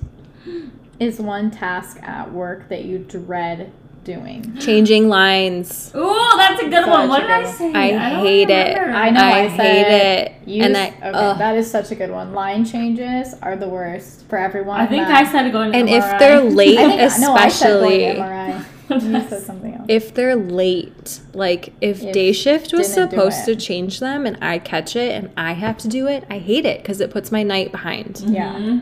is one task at work that you dread doing?
Changing lines.
Ooh, that's a good
Such
one.
a
What did
good
I
one.
say?
I
don't
hate it.
remember.
I know I,
I
said
hate it.
You
And
s-
I-
okay,
ugh.
that is such a good one. Line changes are the worst for everyone.
I think
but-
I said going to
And
MRI.
if they're late,
I think- no, I said going
especially.
to MRI. You said something else.
if they're late, like if,
If
day shift was
didn't do
supposed to
it.
change them and I catch it and I have to do it, I hate it because it puts my night behind.
Yeah.
Mhm.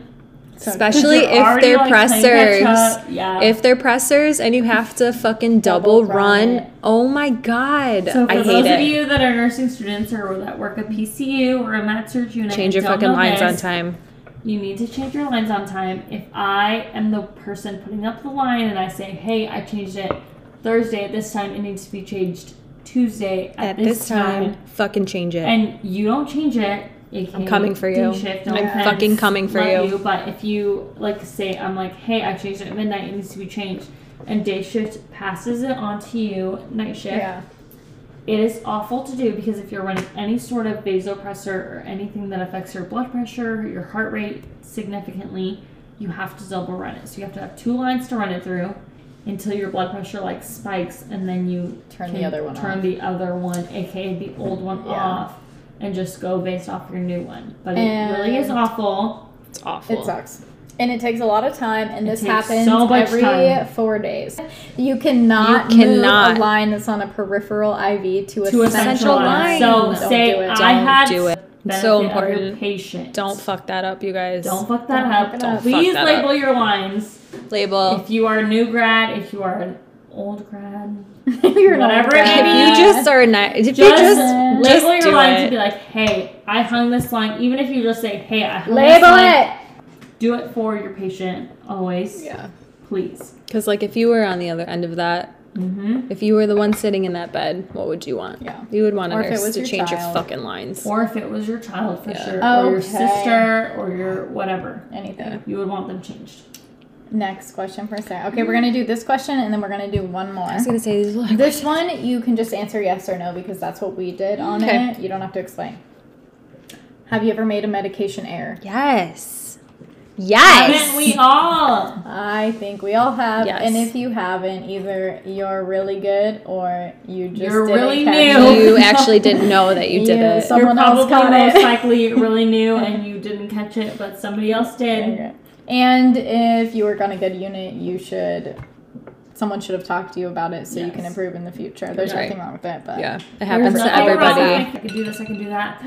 So-
Especially
You're
if
already,
they're
like, playing catch
pressers.
up. Yeah.
If they're pressers and you have to fucking double,
Double
run,
run it.
oh my god,
So for
I hate
those
it.
of you that are nursing students or that work at PCU or a med surg unit,
Change your
and don't
fucking
know
lines
this,
on time.
You need to change your lines on time. If I am the person putting up the line and I say, hey, I changed it Thursday at this time, it needs to be changed Tuesday at,
At this time, fucking change it.
and you don't change it, aka
coming for you.
day Shift, no
I'm
offense,
fucking coming for
love
you.
But if you like say, I'm like, hey, I changed it at midnight. It needs to be changed, and day shift passes it on to you, night shift.
Yeah.
It is awful to do because if you're running any sort of vasopressor or anything that affects your blood pressure, your heart rate significantly, you have to double run it. So you have to have two lines to run it through until your blood pressure like spikes and then you
Turn
can
the other one
turn
off.
the other one, aka the old one
Yeah.
off and just go based off your new one. But it really is
And-
awful.
it's awful.
It sucks. And it takes a lot of time, and
It
this
takes
happens
so much
every
time.
four days. You cannot,
You
move
cannot.
a line that's on a peripheral IV to a,
To a
central
central line.
line.
So
Don't
say
do it.
I
Don't
had
do it. It's so
benefit of your
important.
patient.
Don't fuck that up, you guys.
don't fuck that
Don't
up.
fuck it up.
Please
Fuck that
label your lines.
label.
If you are a new grad, if you are an old grad,
You're not
Whatever it
bad.
may
If you just are not, if you
just,
just
label
just
your
do
lines
it.
and be like, "Hey, I hung this line." Even if you just say, "Hey, I hung this
label
line,"
it.
do it for your patient always,
yeah,
please.
because like if you were on the other end of that,
hmm
if you were the one sitting in that bed, what would you want?
Yeah.
You would want a
Or if it
nurse
was
to
your
change your
child.
fucking lines.
Or if it was your child for
Yeah.
sure, or your
Okay.
sister, or your whatever,
Anything.
you would want them changed.
Next question for a second. Okay, we're gonna do this question, and then we're gonna do one more.
I was gonna say these are-
This one you can just answer yes or no because that's what we did on
Okay.
it. You don't have to explain. Have you ever made a medication error?
Yes. Yes.
Haven't we all?
I think we all have,
Yes.
and if you haven't, either you're really good or you just
You're
didn't
really
catch
new.
it.
You actually didn't know that you did
You
it.
saw- Someone
You're
else
probably
caught
most
it.
likely really new, and you didn't catch it, but somebody else did.
And if you work on a good unit, you should. Someone should have talked to you about it so you can
Yes.
improve in the future. There's
Right.
nothing wrong with it, but
Yeah, it happens
There's
to
nothing wrong.
everybody.
I can do this. I can do that.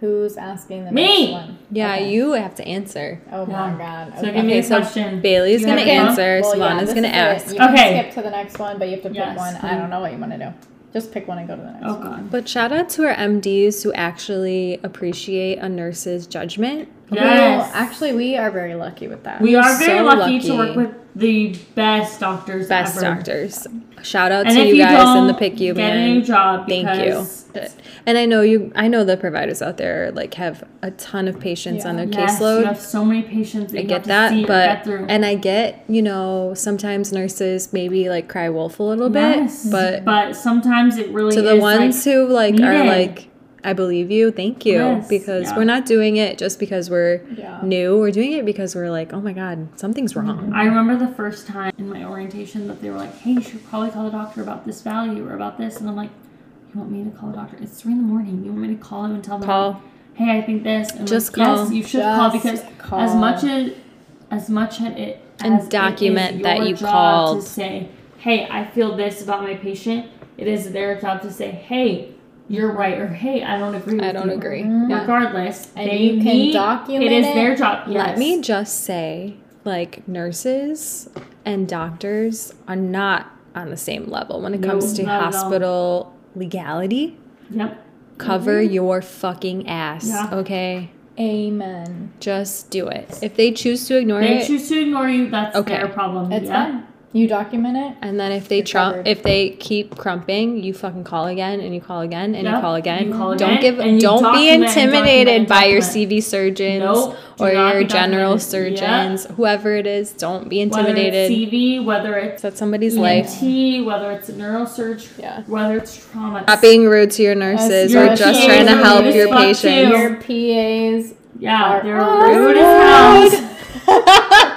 who's asking the
Me!
next one?
Yeah,
Okay.
you have to answer.
Oh my
Yeah.
god.
So
Okay.
give me a
Okay, so
question.
Bailey's
You
gonna
have to answer.
answer.
Well, yeah,
Savannah's
this
gonna
is it.
ask.
You can
Okay.
skip to the next one, but you have to pick
Yes.
one. I don't know what you want to do. Just pick one and go to the next
Oh
one.
god.
But shout out to our MDs who actually appreciate a nurse's judgment.
Yes.
Well, actually, we are very lucky with that.
we are
so
very lucky, to
lucky.
work with the best doctors.
Best
ever.
doctors. Shout out
And
to
if
you
you
guys in the
don't
PICU,
get a new
man.
job.
Thank you.
because
And I know you. I know the providers out there like have a ton of patients on
Yeah.
their
yes,
caseload.
You have so many patients. That
I
you have
get
to
that,
see and
but
get through.
and I get you know sometimes nurses maybe like cry wolf a little
Yes,
bit, but
sometimes it really
to the
is
ones
like,
who like are
needed.
like i believe you thank you
Yes,
because
yeah.
we're not doing it just because we're
Yeah.
new we're doing it because we're like oh my god something's wrong
I remember the first time in my orientation that they were like, "Hey, you should probably call the doctor about this value or about this," and I'm like, "You want me to call the doctor? It's three in the morning. You want me to call him and tell them
Call.
like, Hey, I think this. And
Just
like,
call.
Yes, you should call
Just
because
call.
as much as as much as it
And
as it is
document that
your
you
job
called.
to say, "Hey, I feel this about my patient." It is their job to say, "Hey, you're right," or "Hey, I don't agree." With
i don't
you."
agree Yeah.
Regardless,
And
they
you can
need,
document
It is
it.
their job. Yes.
let me just say like nurses and doctors are not on the same level when it
No,
comes to
not at all.
hospital legality
Yep.
cover your fucking ass
Mm-hmm. Yeah.
okay
Amen.
just do it if they choose to ignore
They
it
choose to ignore you. That's
Okay.
their problem.
It's
yeah.
fun. You document it.
And then if they
You're
trump,
covered.
if they keep crumping, you fucking call again and you call again and you
Yep,
call
you
again.
call
don't
again,
give,
and you
don't be
document and document
intimidated
and
by your
document.
CV surgeons
Nope, do
or
not
your
be
general
documented.
surgeons, whoever it is. Don't be
Whether it's E
intimidated.
CV, whether it's
That's somebody's life.
EMT, whether it's neurosurgery,
Yeah.
whether it's trauma.
Not being rude to your nurses
your
or just
PAs
trying to
are
help
rude
your
as fuck
patients.
Your PAs.
yeah,
are
they're
awesome.
rude as hell.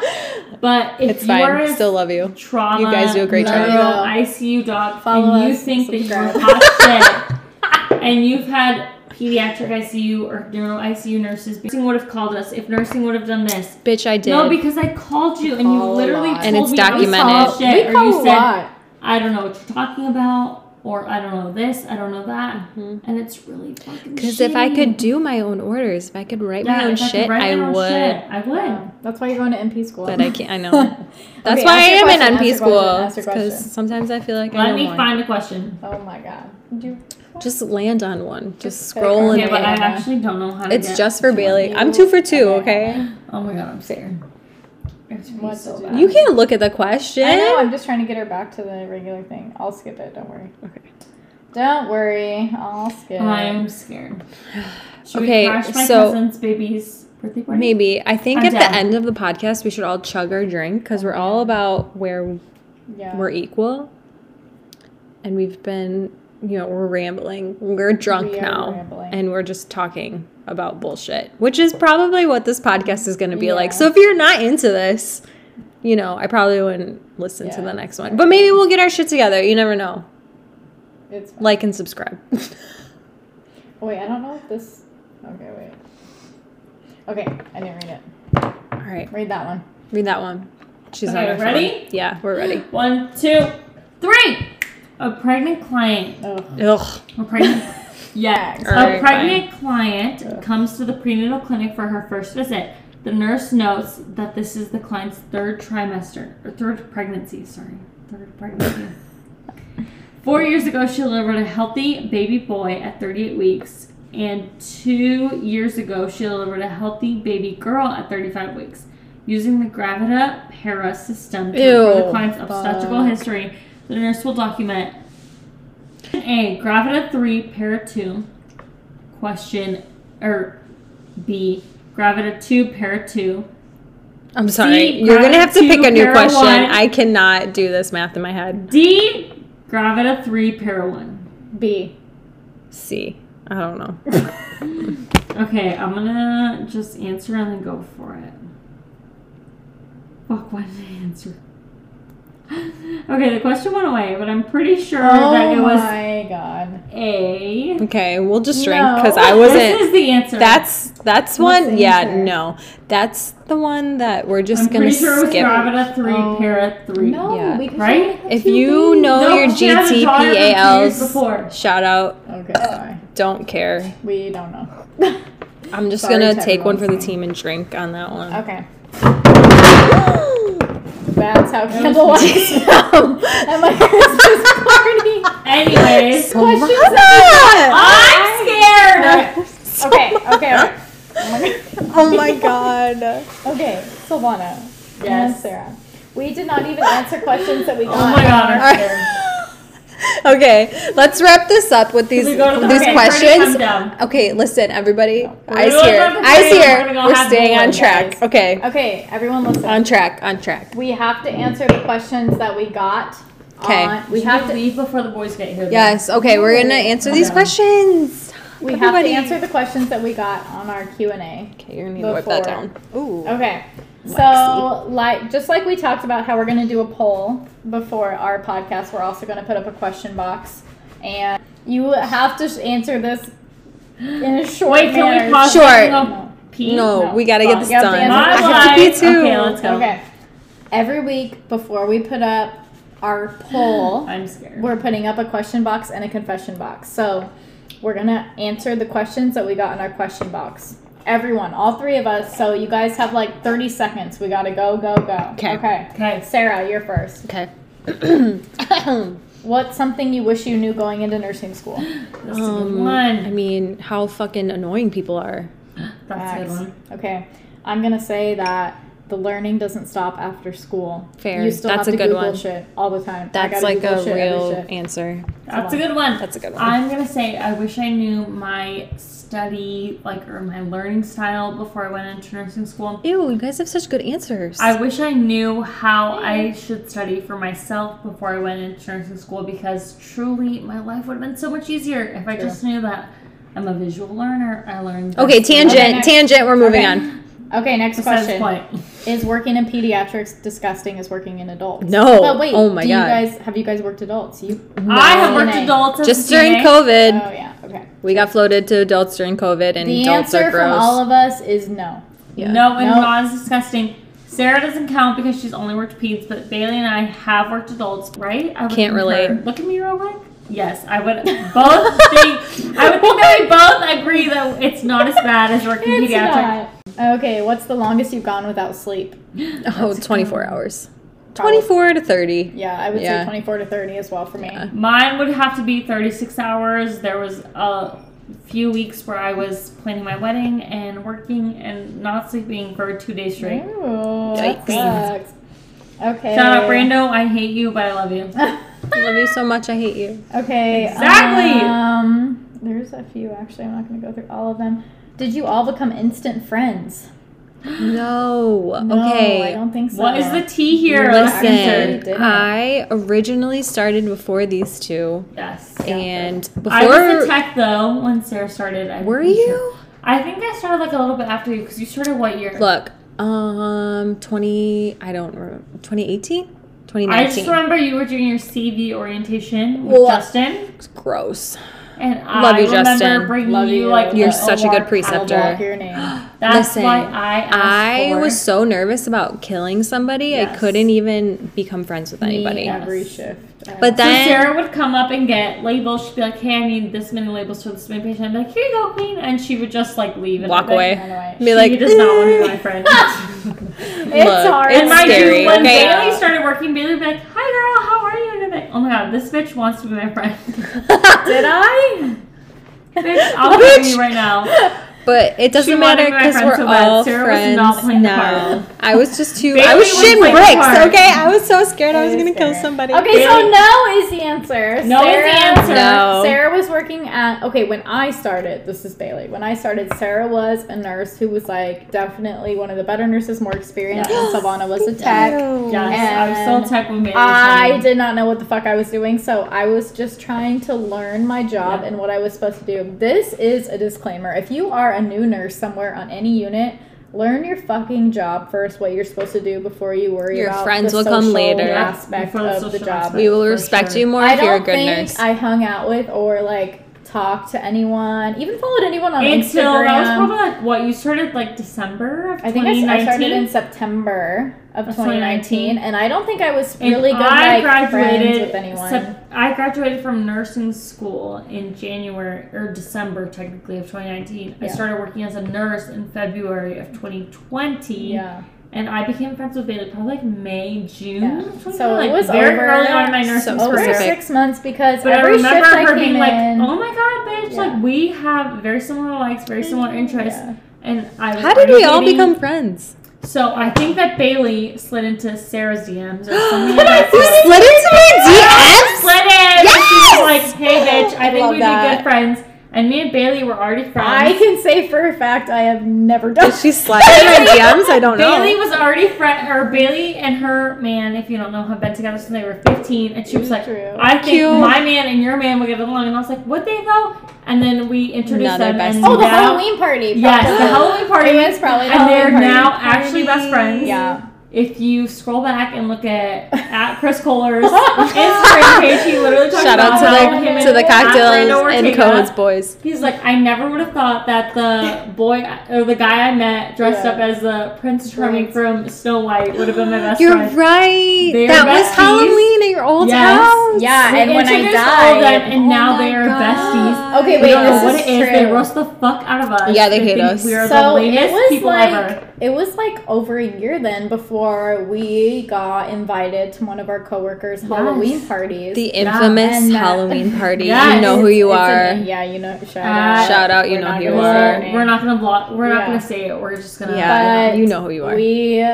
But if
It's
you
fine.
are a
Still love you.
trauma,
You guys do a great
job.
neuro,
Yeah.
ICU doc,
Follow
and you
us,
think that you're
subscribe.
hot shit, and you've had pediatric ICU or neuro ICU nurses. Nursing would have called us if nursing would have done this.
Bitch, I did.
No, because I called you and you
Call a
literally
lot.
told
And it's
me I was
documented.
full of shit,
we
or
call
you
a
said
lot.
I don't know what you're talking about, or I don't know this, I don't know that, and it's really fucking.
because Mm-hmm. if I could
shitty.
do my own orders, if I could write
Yeah,
my own
if I could
shit,
write my
I
own
would.
shit, I would.
Yeah. That's why you're going to MP school.
But I can't. I know. That's
Okay,
why I
ask your
am
question,
in NP
ask your question, ask
school
your
because
question.
sometimes I feel like I
Let
know
me
more.
find a question.
oh my god. Do
Just land on one. Just
Just click
scroll
on
and
Okay, but I
land.
Yeah.
actually don't know how to
It's
get
just for
to
Bailey.
one.
I'm two for two, okay?
Oh my god, I'm scared. It's gonna be
What
so
to do?
bad.
You can't look at the question.
I know. I'm just trying to get her back to the regular thing. I'll skip it. Don't worry.
Okay.
Don't worry. I'll skip.
I'm scared. Should
Okay,
we crash my
so-
cousin's baby's birthday party?
Maybe. I think
I'm
at
down.
the end of the podcast, we should all chug our drink because we're all about where
yeah.
we're equal. And we've been, you know, we're rambling. We're drunk
We are
now.
rambling.
And we're just talking about bullshit, which is probably what this podcast is going to be like.
Yeah.
So if you're not into this, you know, I probably wouldn't listen to
Yeah.
the next one. But maybe we'll get our shit together. You never know.
It's fine.
Like and subscribe.
Oh, wait, I don't know if this. Okay, wait. Okay, I didn't read it.
all right.
Read that one.
Read that one. She's on
Okay,
her phone.
ready?
Yeah, we're ready.
One, two, three. A pregnant client.
Oh.
Ugh.
A pregnant. yes.
All
right,
A pregnant client comes to the prenatal clinic for her first visit. The nurse notes that this is the client's third trimester or third pregnancy. Sorry, third pregnancy. Four years ago, she delivered a healthy baby boy at 38 weeks, and two years ago, she delivered a healthy baby girl at 35 weeks. Using the Gravita Para system to
Ew,
improve the client's obstetrical
fuck.
history, the nurse will document A. Gravita 3 Para 2 question or B. Gravita 2 Para 2
I'm sorry.
See,
You're gonna have to
gratitude,
pick a new
Para
question.
one.
I cannot do this math in my head.
D. Gravita 3 Para 1
B.
C. I don't know.
Okay, I'm gonna just answer and then go for it. Fuck, why did I answer? Okay, the question went away, but I'm pretty sure that it
Oh
was
my god.
A.
Okay, we'll just drink because
No.
I
This
wasn't.
is the answer.
That's that's
What's
one.
the
Yeah,
answer?
no, that's the one that we're just
I'm
gonna
pretty sure it was
skip.
Gravita 3
Oh.
Para 3.
No,
Yeah.
because
Right?
you had
If
two
you
Bs.
know
No,
your
she had a daughter from two years before.
GTALs, shout out.
Okay, sorry.
Don't care.
We don't know.
I'm just
Sorry
gonna
to
take one for the
everyone.
team and drink on that one.
Okay. That's how Kendall was at my Christmas party.
Anyways,
Questions
I'm scared.
that- Okay, okay, okay. Oh my God.
oh my god.
Okay, Solana.
Yes.
And Sarah. We did not even answer questions that we got.
Oh my god, I'm
Alright.
scared.
Okay, let's wrap this up with these
We go to the
these
okay,
questions.
Come down.
Okay, listen, everybody.
We're
Eyes
gonna
here.
go to the
Eyes
party. We're
here.
gonna go
We're
have
staying on
bowling,
track.
guys.
Okay,
Okay, everyone listen.
on track. On track.
we have to answer the questions that we got.
Okay.
on-
We
we have to
leave before the boys get here. though.
Yes. Okay, we're gonna answer these
Okay.
questions.
we have to
Everybody.
answer the questions that we got on our Q&A.
Okay, you're gonna need to wipe that down. Ooh.
Okay. So,
Lexi.
like, just like we talked about how we're going to do a poll before our podcast, we're also going to put up a question box, and you have to s- answer this in a short
Wait, can
manner.
we pause?
Short.
and go
No.
pee? Oh,
No,
No.
we gotta get this
You have to
done.
answer
I
the
have to pee
question.
too.
Okay, let's go.
Okay. Every week before we put up our poll,
I'm scared.
we're putting up a question box and a confession box. So we're gonna answer the questions that we got in our question box. Everyone, all three of us. So you guys have like 30 seconds. We gotta go, go, go.
'Kay.
Okay.
okay.
Sarah, you're first.
Okay.
What's something you wish you knew going into nursing school?
That's a good
Um, I
one.
mean, how fucking annoying people are.
That's a good
Facts.
one.
Okay. I'm gonna say that the learning doesn't stop after school.
Fair.
You still
That's
have
a
to
good
Google
one.
shit all the time. I
That's
gotta
like
Google
a
shit, every
real
shit.
answer.
That's a good one.
That's a good one.
I'm gonna say I wish I knew my study like or my learning style before I went into nursing school.
Ew, you guys have such good answers.
I wish I knew how I should study for myself before I went into nursing school because truly my life would have been so much easier if I
True.
just knew that I'm a visual learner. I learned.
Okay,
best
tangent,
Okay, next.
tangent. We're moving
Okay.
on.
Okay, next
Besides
question.
point.
Is working in pediatrics disgusting as working in adults?
No.
But wait,
Oh my
do
God.
you guys have you guys worked adults? You
I have worked
CNA.
adults as
Just
a
during
CNA.
Oh
COVID,
yeah, okay.
we got floated to adults during COVID, and
The
adults
answer
are
from
gross.
all of us is no.
Yeah.
No, and
Nope.
not as disgusting. Sarah doesn't count because she's only worked peds, but Bailey and I have worked adults, right? I would
Can't relate.
concur. Look at me real quick. Yes, I would both think. I would think that we both agree that it's not as bad as working
It's
pediatric.
not. Okay, what's the longest you've gone without sleep?
Oh, 24 hours.
probably-
24 to 30.
Yeah, I would
Yeah.
say 24 to 30 as well for me.
Yeah.
Mine would have to be 36 hours. There was a few weeks where I was planning my wedding and working and not sleeping for two days straight.
Ooh, that
Yikes.
sucks. Okay.
Shout out Brando, I hate you, but I love you.
Love you so much. I hate you.
Okay.
Exactly.
Um, there's a few actually. I'm not going to go through all of them. Did you all become instant friends?
No.
No, I
okay.
don't think so.
What is the tea here? Let's
Listen.
answer.
didn't.
Listen, I originally started before these two,
Yes.
and
I was a
before
tech though when Sarah started. I
were
think.
you?
I think I started like a little bit after you because you started what year?
Look, um, twenty. I don't remember. 2018,
I just
2019.
remember you were doing your CV orientation with
Well,
Justin,
It's gross.
and
love
I
you,
remember
Justin.
bringing
Love
you
you.
like
You're
the
such a
OR
good preceptor.
paddleboard.
Block your name.
That's
Listen,
why I asked
I
for-
was so nervous about killing somebody. I
Yes.
couldn't even become friends with anybody.
Me every shift. I
But
So
then
Sarah would come up and get labels. She'd be like, "Hey, I need this many labels for this many patients." I'd be like, "Here you go, queen," and she would just like leave and
walk
I'd be like,
away.
ran away.
Be like,
she does not want to be my friend.
It's
Look,
hard.
it's
and mind
scary,
you, when
okay?
Bailey started working, Bailey would be like, "Hi, girl, how are you?" And I'd be like, "Oh my god, this bitch wants to be my friend." Did I? bitch, I'll kill you
Bitch.
right now.
But it doesn't
She
matter
wanted my
because
friend
we're
so bad.
all
Sarah was
friends
not playing the
now.
part.
I was just too. I
Bailey
was
was
shitting
playing the
bricks.
part.
Okay, I was so scared I was
It is
gonna kill
fair.
somebody.
Okay, so
Really?
no is the answer.
No is the answer.
No.
Sarah was working at okay when I started. This is Bailey. When I started, Sarah was a nurse who was like definitely one of the better nurses, more experienced. And Savannah was a tech.
Yes, I was
And
so tech when Bailey. was
I
pregnant.
did not know what the fuck I was doing, so I was just trying to learn my job
Yeah.
and what I was supposed to do. This is a disclaimer. If you are a new nurse somewhere on any unit, learn your fucking job first, what you're supposed to do before you worry
Your
about
friends
the
will come
social
later.
Yeah,
aspect
before the
of the
social
job.
aspect.
We will
For
respect
sure.
you more
I
if you're a
don't
good
think
nurse.
I hung out with or like talked to anyone, even followed anyone on
until
Instagram.
that was probably like what you started like December of
I think I s-
2019.
I, started in September of
Of
2019,
2019.
and I don't think I was
And
really good
I
like friends with
graduated
anyone.
Sep- I graduated from nursing school in January or December technically of 2019. I
Yeah.
started working as a nurse in February of 2020,
yeah,
and I became friends with Bailey probably like May, June.
Yeah.
of 2020,
So it
like
was
very
over-
early on in my nursing
so
over
career.
specific.
six months because
But
every
I remember
shift I
her
came
being like,
in.
"Oh my god, bitch!
Yeah. Mm,
Like we have very similar likes, very similar interests."
Yeah.
And I was
How did we all
dating-
become friends?
So I think that Bailey slid into Sarah's DMs or something.
Did I
like that.
slid into my DMs?
Slid in. and She was like, "Hey, bitch! I,
I
think
love
we'd be
that.
good friends." And me and Bailey were already
I
friends.
can say for a fact I have never done.
Did she slide in my DMs? I don't
Bailey
know.
was already friend, or Bailey and her man, if you don't know, have been together since they were 15. And she was like,
True.
I think
Cute.
my man and your man will get along. And I was like, would they though? And then we introduced
Now they're
them.
best
And
oh, the
now-
Halloween party.
Yes, the
probably.
Halloween party.
It was probably the
and they're
Halloween
now
party.
actually best friends.
Yeah.
If you scroll back and look at at Chris Kohler's Instagram page, he literally talks
Shout
about
out to
how him
the
and
to the
Matt Brando
cocktails and
Ortega-
codes boys.
He's like, I never would have thought that the boy or the guy I met dressed
Yeah.
up as the Prince Charming
Right.
from Snow White would have been my best
You're
friend.
right.
They are
That was
besties.
Halloween at your old
Yes.
house.
Yeah,
We
and when I
introduced all of them,
died.
and
Oh
now
my
they are
God.
besties.
Okay,
we
wait,
don't know
this
what
is
it is. They
true.
roast the fuck out of us.
Yeah, they hate
think
us.
We are the
So it
lamest
was
people
like
ever.
it was like over a year then before we got invited to one of our coworkers' Halloween parties.
The infamous
and that-
Halloween party.
Yes.
You know who
It's-
you
it's
are.
an- yeah, you know. Shout
Uh,
out.
Shout out, you
We're
know
not
who
gonna
you
say
are.
her
We're,
name.
we're not gonna block. We're not
Yeah. Oh
gonna say it. We're just gonna.
Yeah,
But
you know who you are.
We,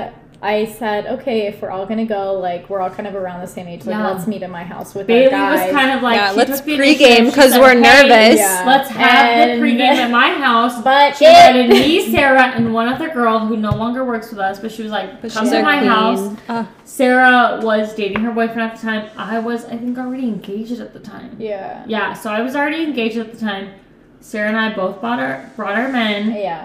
I said, okay, if we're all gonna go, like we're all kind of around the same age, like
Yeah.
let's meet at my house with
Bailey
our guys.
was kind of like,
Yeah,
she
let's
took the
pregame
initiative. She
'cause
said,
we're
"Hey,
nervous."
Yeah.
Let's have
And-
the pregame at my house.
but
She
it-
invited me, Sarah, and one other girl who no longer works with us, but she was like,
But
come
she's
to
our
my
queen.
house.
Ah.
Sarah was dating her boyfriend at the time. I was, I think, already engaged at the time.
yeah,
Yeah, so I was already engaged at the time. Sarah and I both bought our brought our men.
yeah.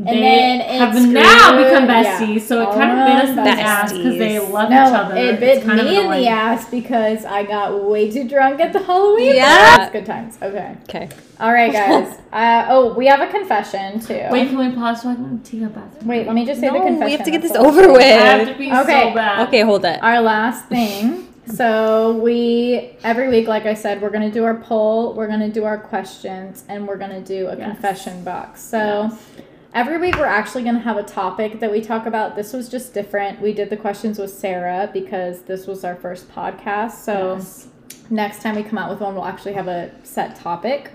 they
then it
have now
screwed-
become
yeah,
besties, so it
all
kind of bit us in the
around
ass because they
besties.
love each
No,
other.
it
It's
bit
kind of
me in
annoying.
the ass because I got way too drunk at the Halloween.
Yeah.
party. good times. Okay,
Okay.
all right, guys. uh, oh, we have a confession too.
Wait, can we pause so I can take a bathroom?
Wait, let me just say the
No,
confession.
we have to get
that's
this
all.
over
I have to
with.
be
Okay.
so bad.
Okay, hold it.
Our last thing. So we every week, like I said, we're gonna do our poll, we're gonna do our questions, and we're gonna do a
Yes.
confession box. So Every week, we're actually going to have a topic that we talk about. This was just different. We did the questions with Sarah because this was our first podcast. So
Yes.
next time we come out with one, we'll actually have a set topic.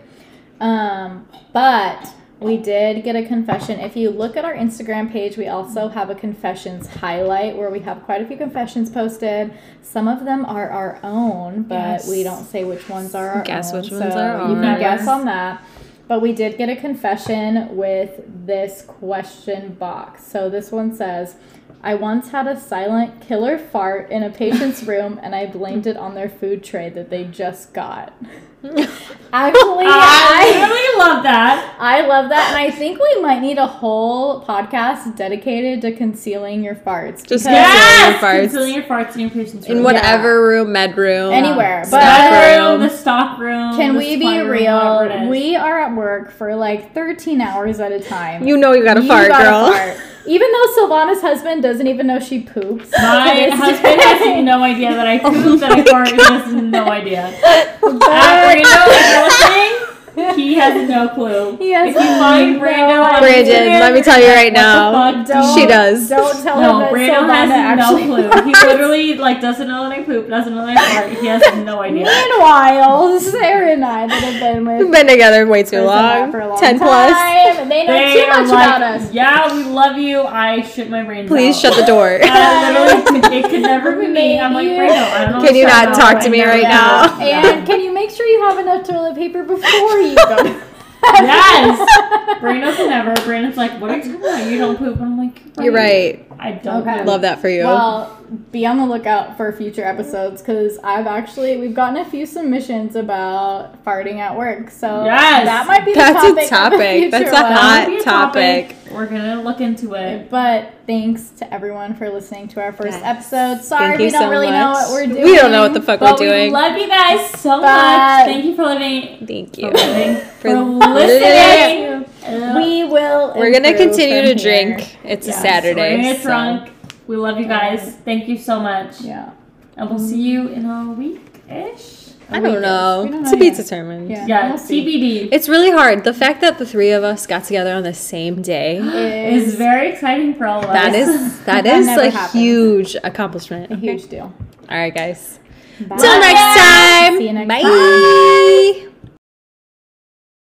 Um, but we did get a confession. If you look at our Instagram page, we also have a confessions highlight where we have quite a few confessions posted. Some of them are our own, but
Yes.
we don't say which ones are our
Guess
own.
which ones
so
are
You can
ours.
guess on that. But we did get a confession with this question box. So this one says, I once had a silent killer fart in a patient's room and I blamed it on their food tray that they just got. Actually,
Uh, I
I,
really love that.
I love that. And I think we might need a whole podcast dedicated to concealing your farts.
Just
because-
conceal your farts.
Concealing your farts in your patient's room.
In whatever room, med room,
Anywhere,
stock
but-
Bed room,
room.
the stock room.
Can
the
we be
supply room, whatever it
real?
is.
We are at work for like 13 hours at a time.
You know you got a
You
fart,
gotta
girl.
fart. Even though Sylvana's husband doesn't even know she poops.
My
This
husband
day.
has no idea that I poop, that I fart, he has no idea. Brando is listening. He has no clue.
He has
if you find
no
Brando, on
Brandon,
Instagram,
let me tell you
what
right now,
the fuck?
she does.
Don't tell him
No,
that
Brando
Sylvana
has
actually.
no clue. He literally like doesn't know that I poop, doesn't know that I fart. He has no idea.
Meanwhile, Sarah and I that have been with
We've been together way too
Chris and I
long.
for a long
Ten plus.
time, and they know
They
too
are
much
like,
about us.
yeah, we love you. I shit my brains
Please
out.
shut the door.
Um,
I literally, it could never be me. I'm like,
Maybe.
Brando, I don't know.
Can you
what's
not
going
talk
on
to me
now.
right
Yeah.
now?
And can you make sure you have enough toilet paper before you go?
Yes. Brando can never. Brandon's like, what are you talking about? You don't poop. I'm like,
You're right.
I don't
Okay.
poop.
Love that for you.
Well, be on the lookout for future episodes because I've actually we've gotten a few submissions about farting at work, so
Yes.
that might be
That's
the
a
topic. of a
topic. That's
future
a
one.
hot
Be a
topic.
We're gonna look into it.
But thanks to everyone for listening to our first
Yes.
episode. Sorry
Thank
we
you
don't
so
really know
much.
what we're doing.
We don't know what the fuck
But
we're
we
doing.
love you guys so
But-
much. Thank you for living.
Thank
For
you.
living.
For
For
listening.
listening.
We will.
We're gonna
improve
continue
from
to
here.
drink. It's
Yes,
a Saturday.
We're gonna get
so-
drunk. We love you guys. Thank you so much.
Yeah.
And we'll see you in a week ish.
I don't
We
know.
don't know
to be
yet.
determined.
Yeah.
Yeah,
we'll see.
TBD.
It's really hard. The fact that the three of us got together on the same day.
It's very exciting for all of us.
That is that
That
is
never
a
happens.
huge accomplishment.
a huge deal.
All right, guys.
Bye.
Till next time.
See you next
Bye.
time.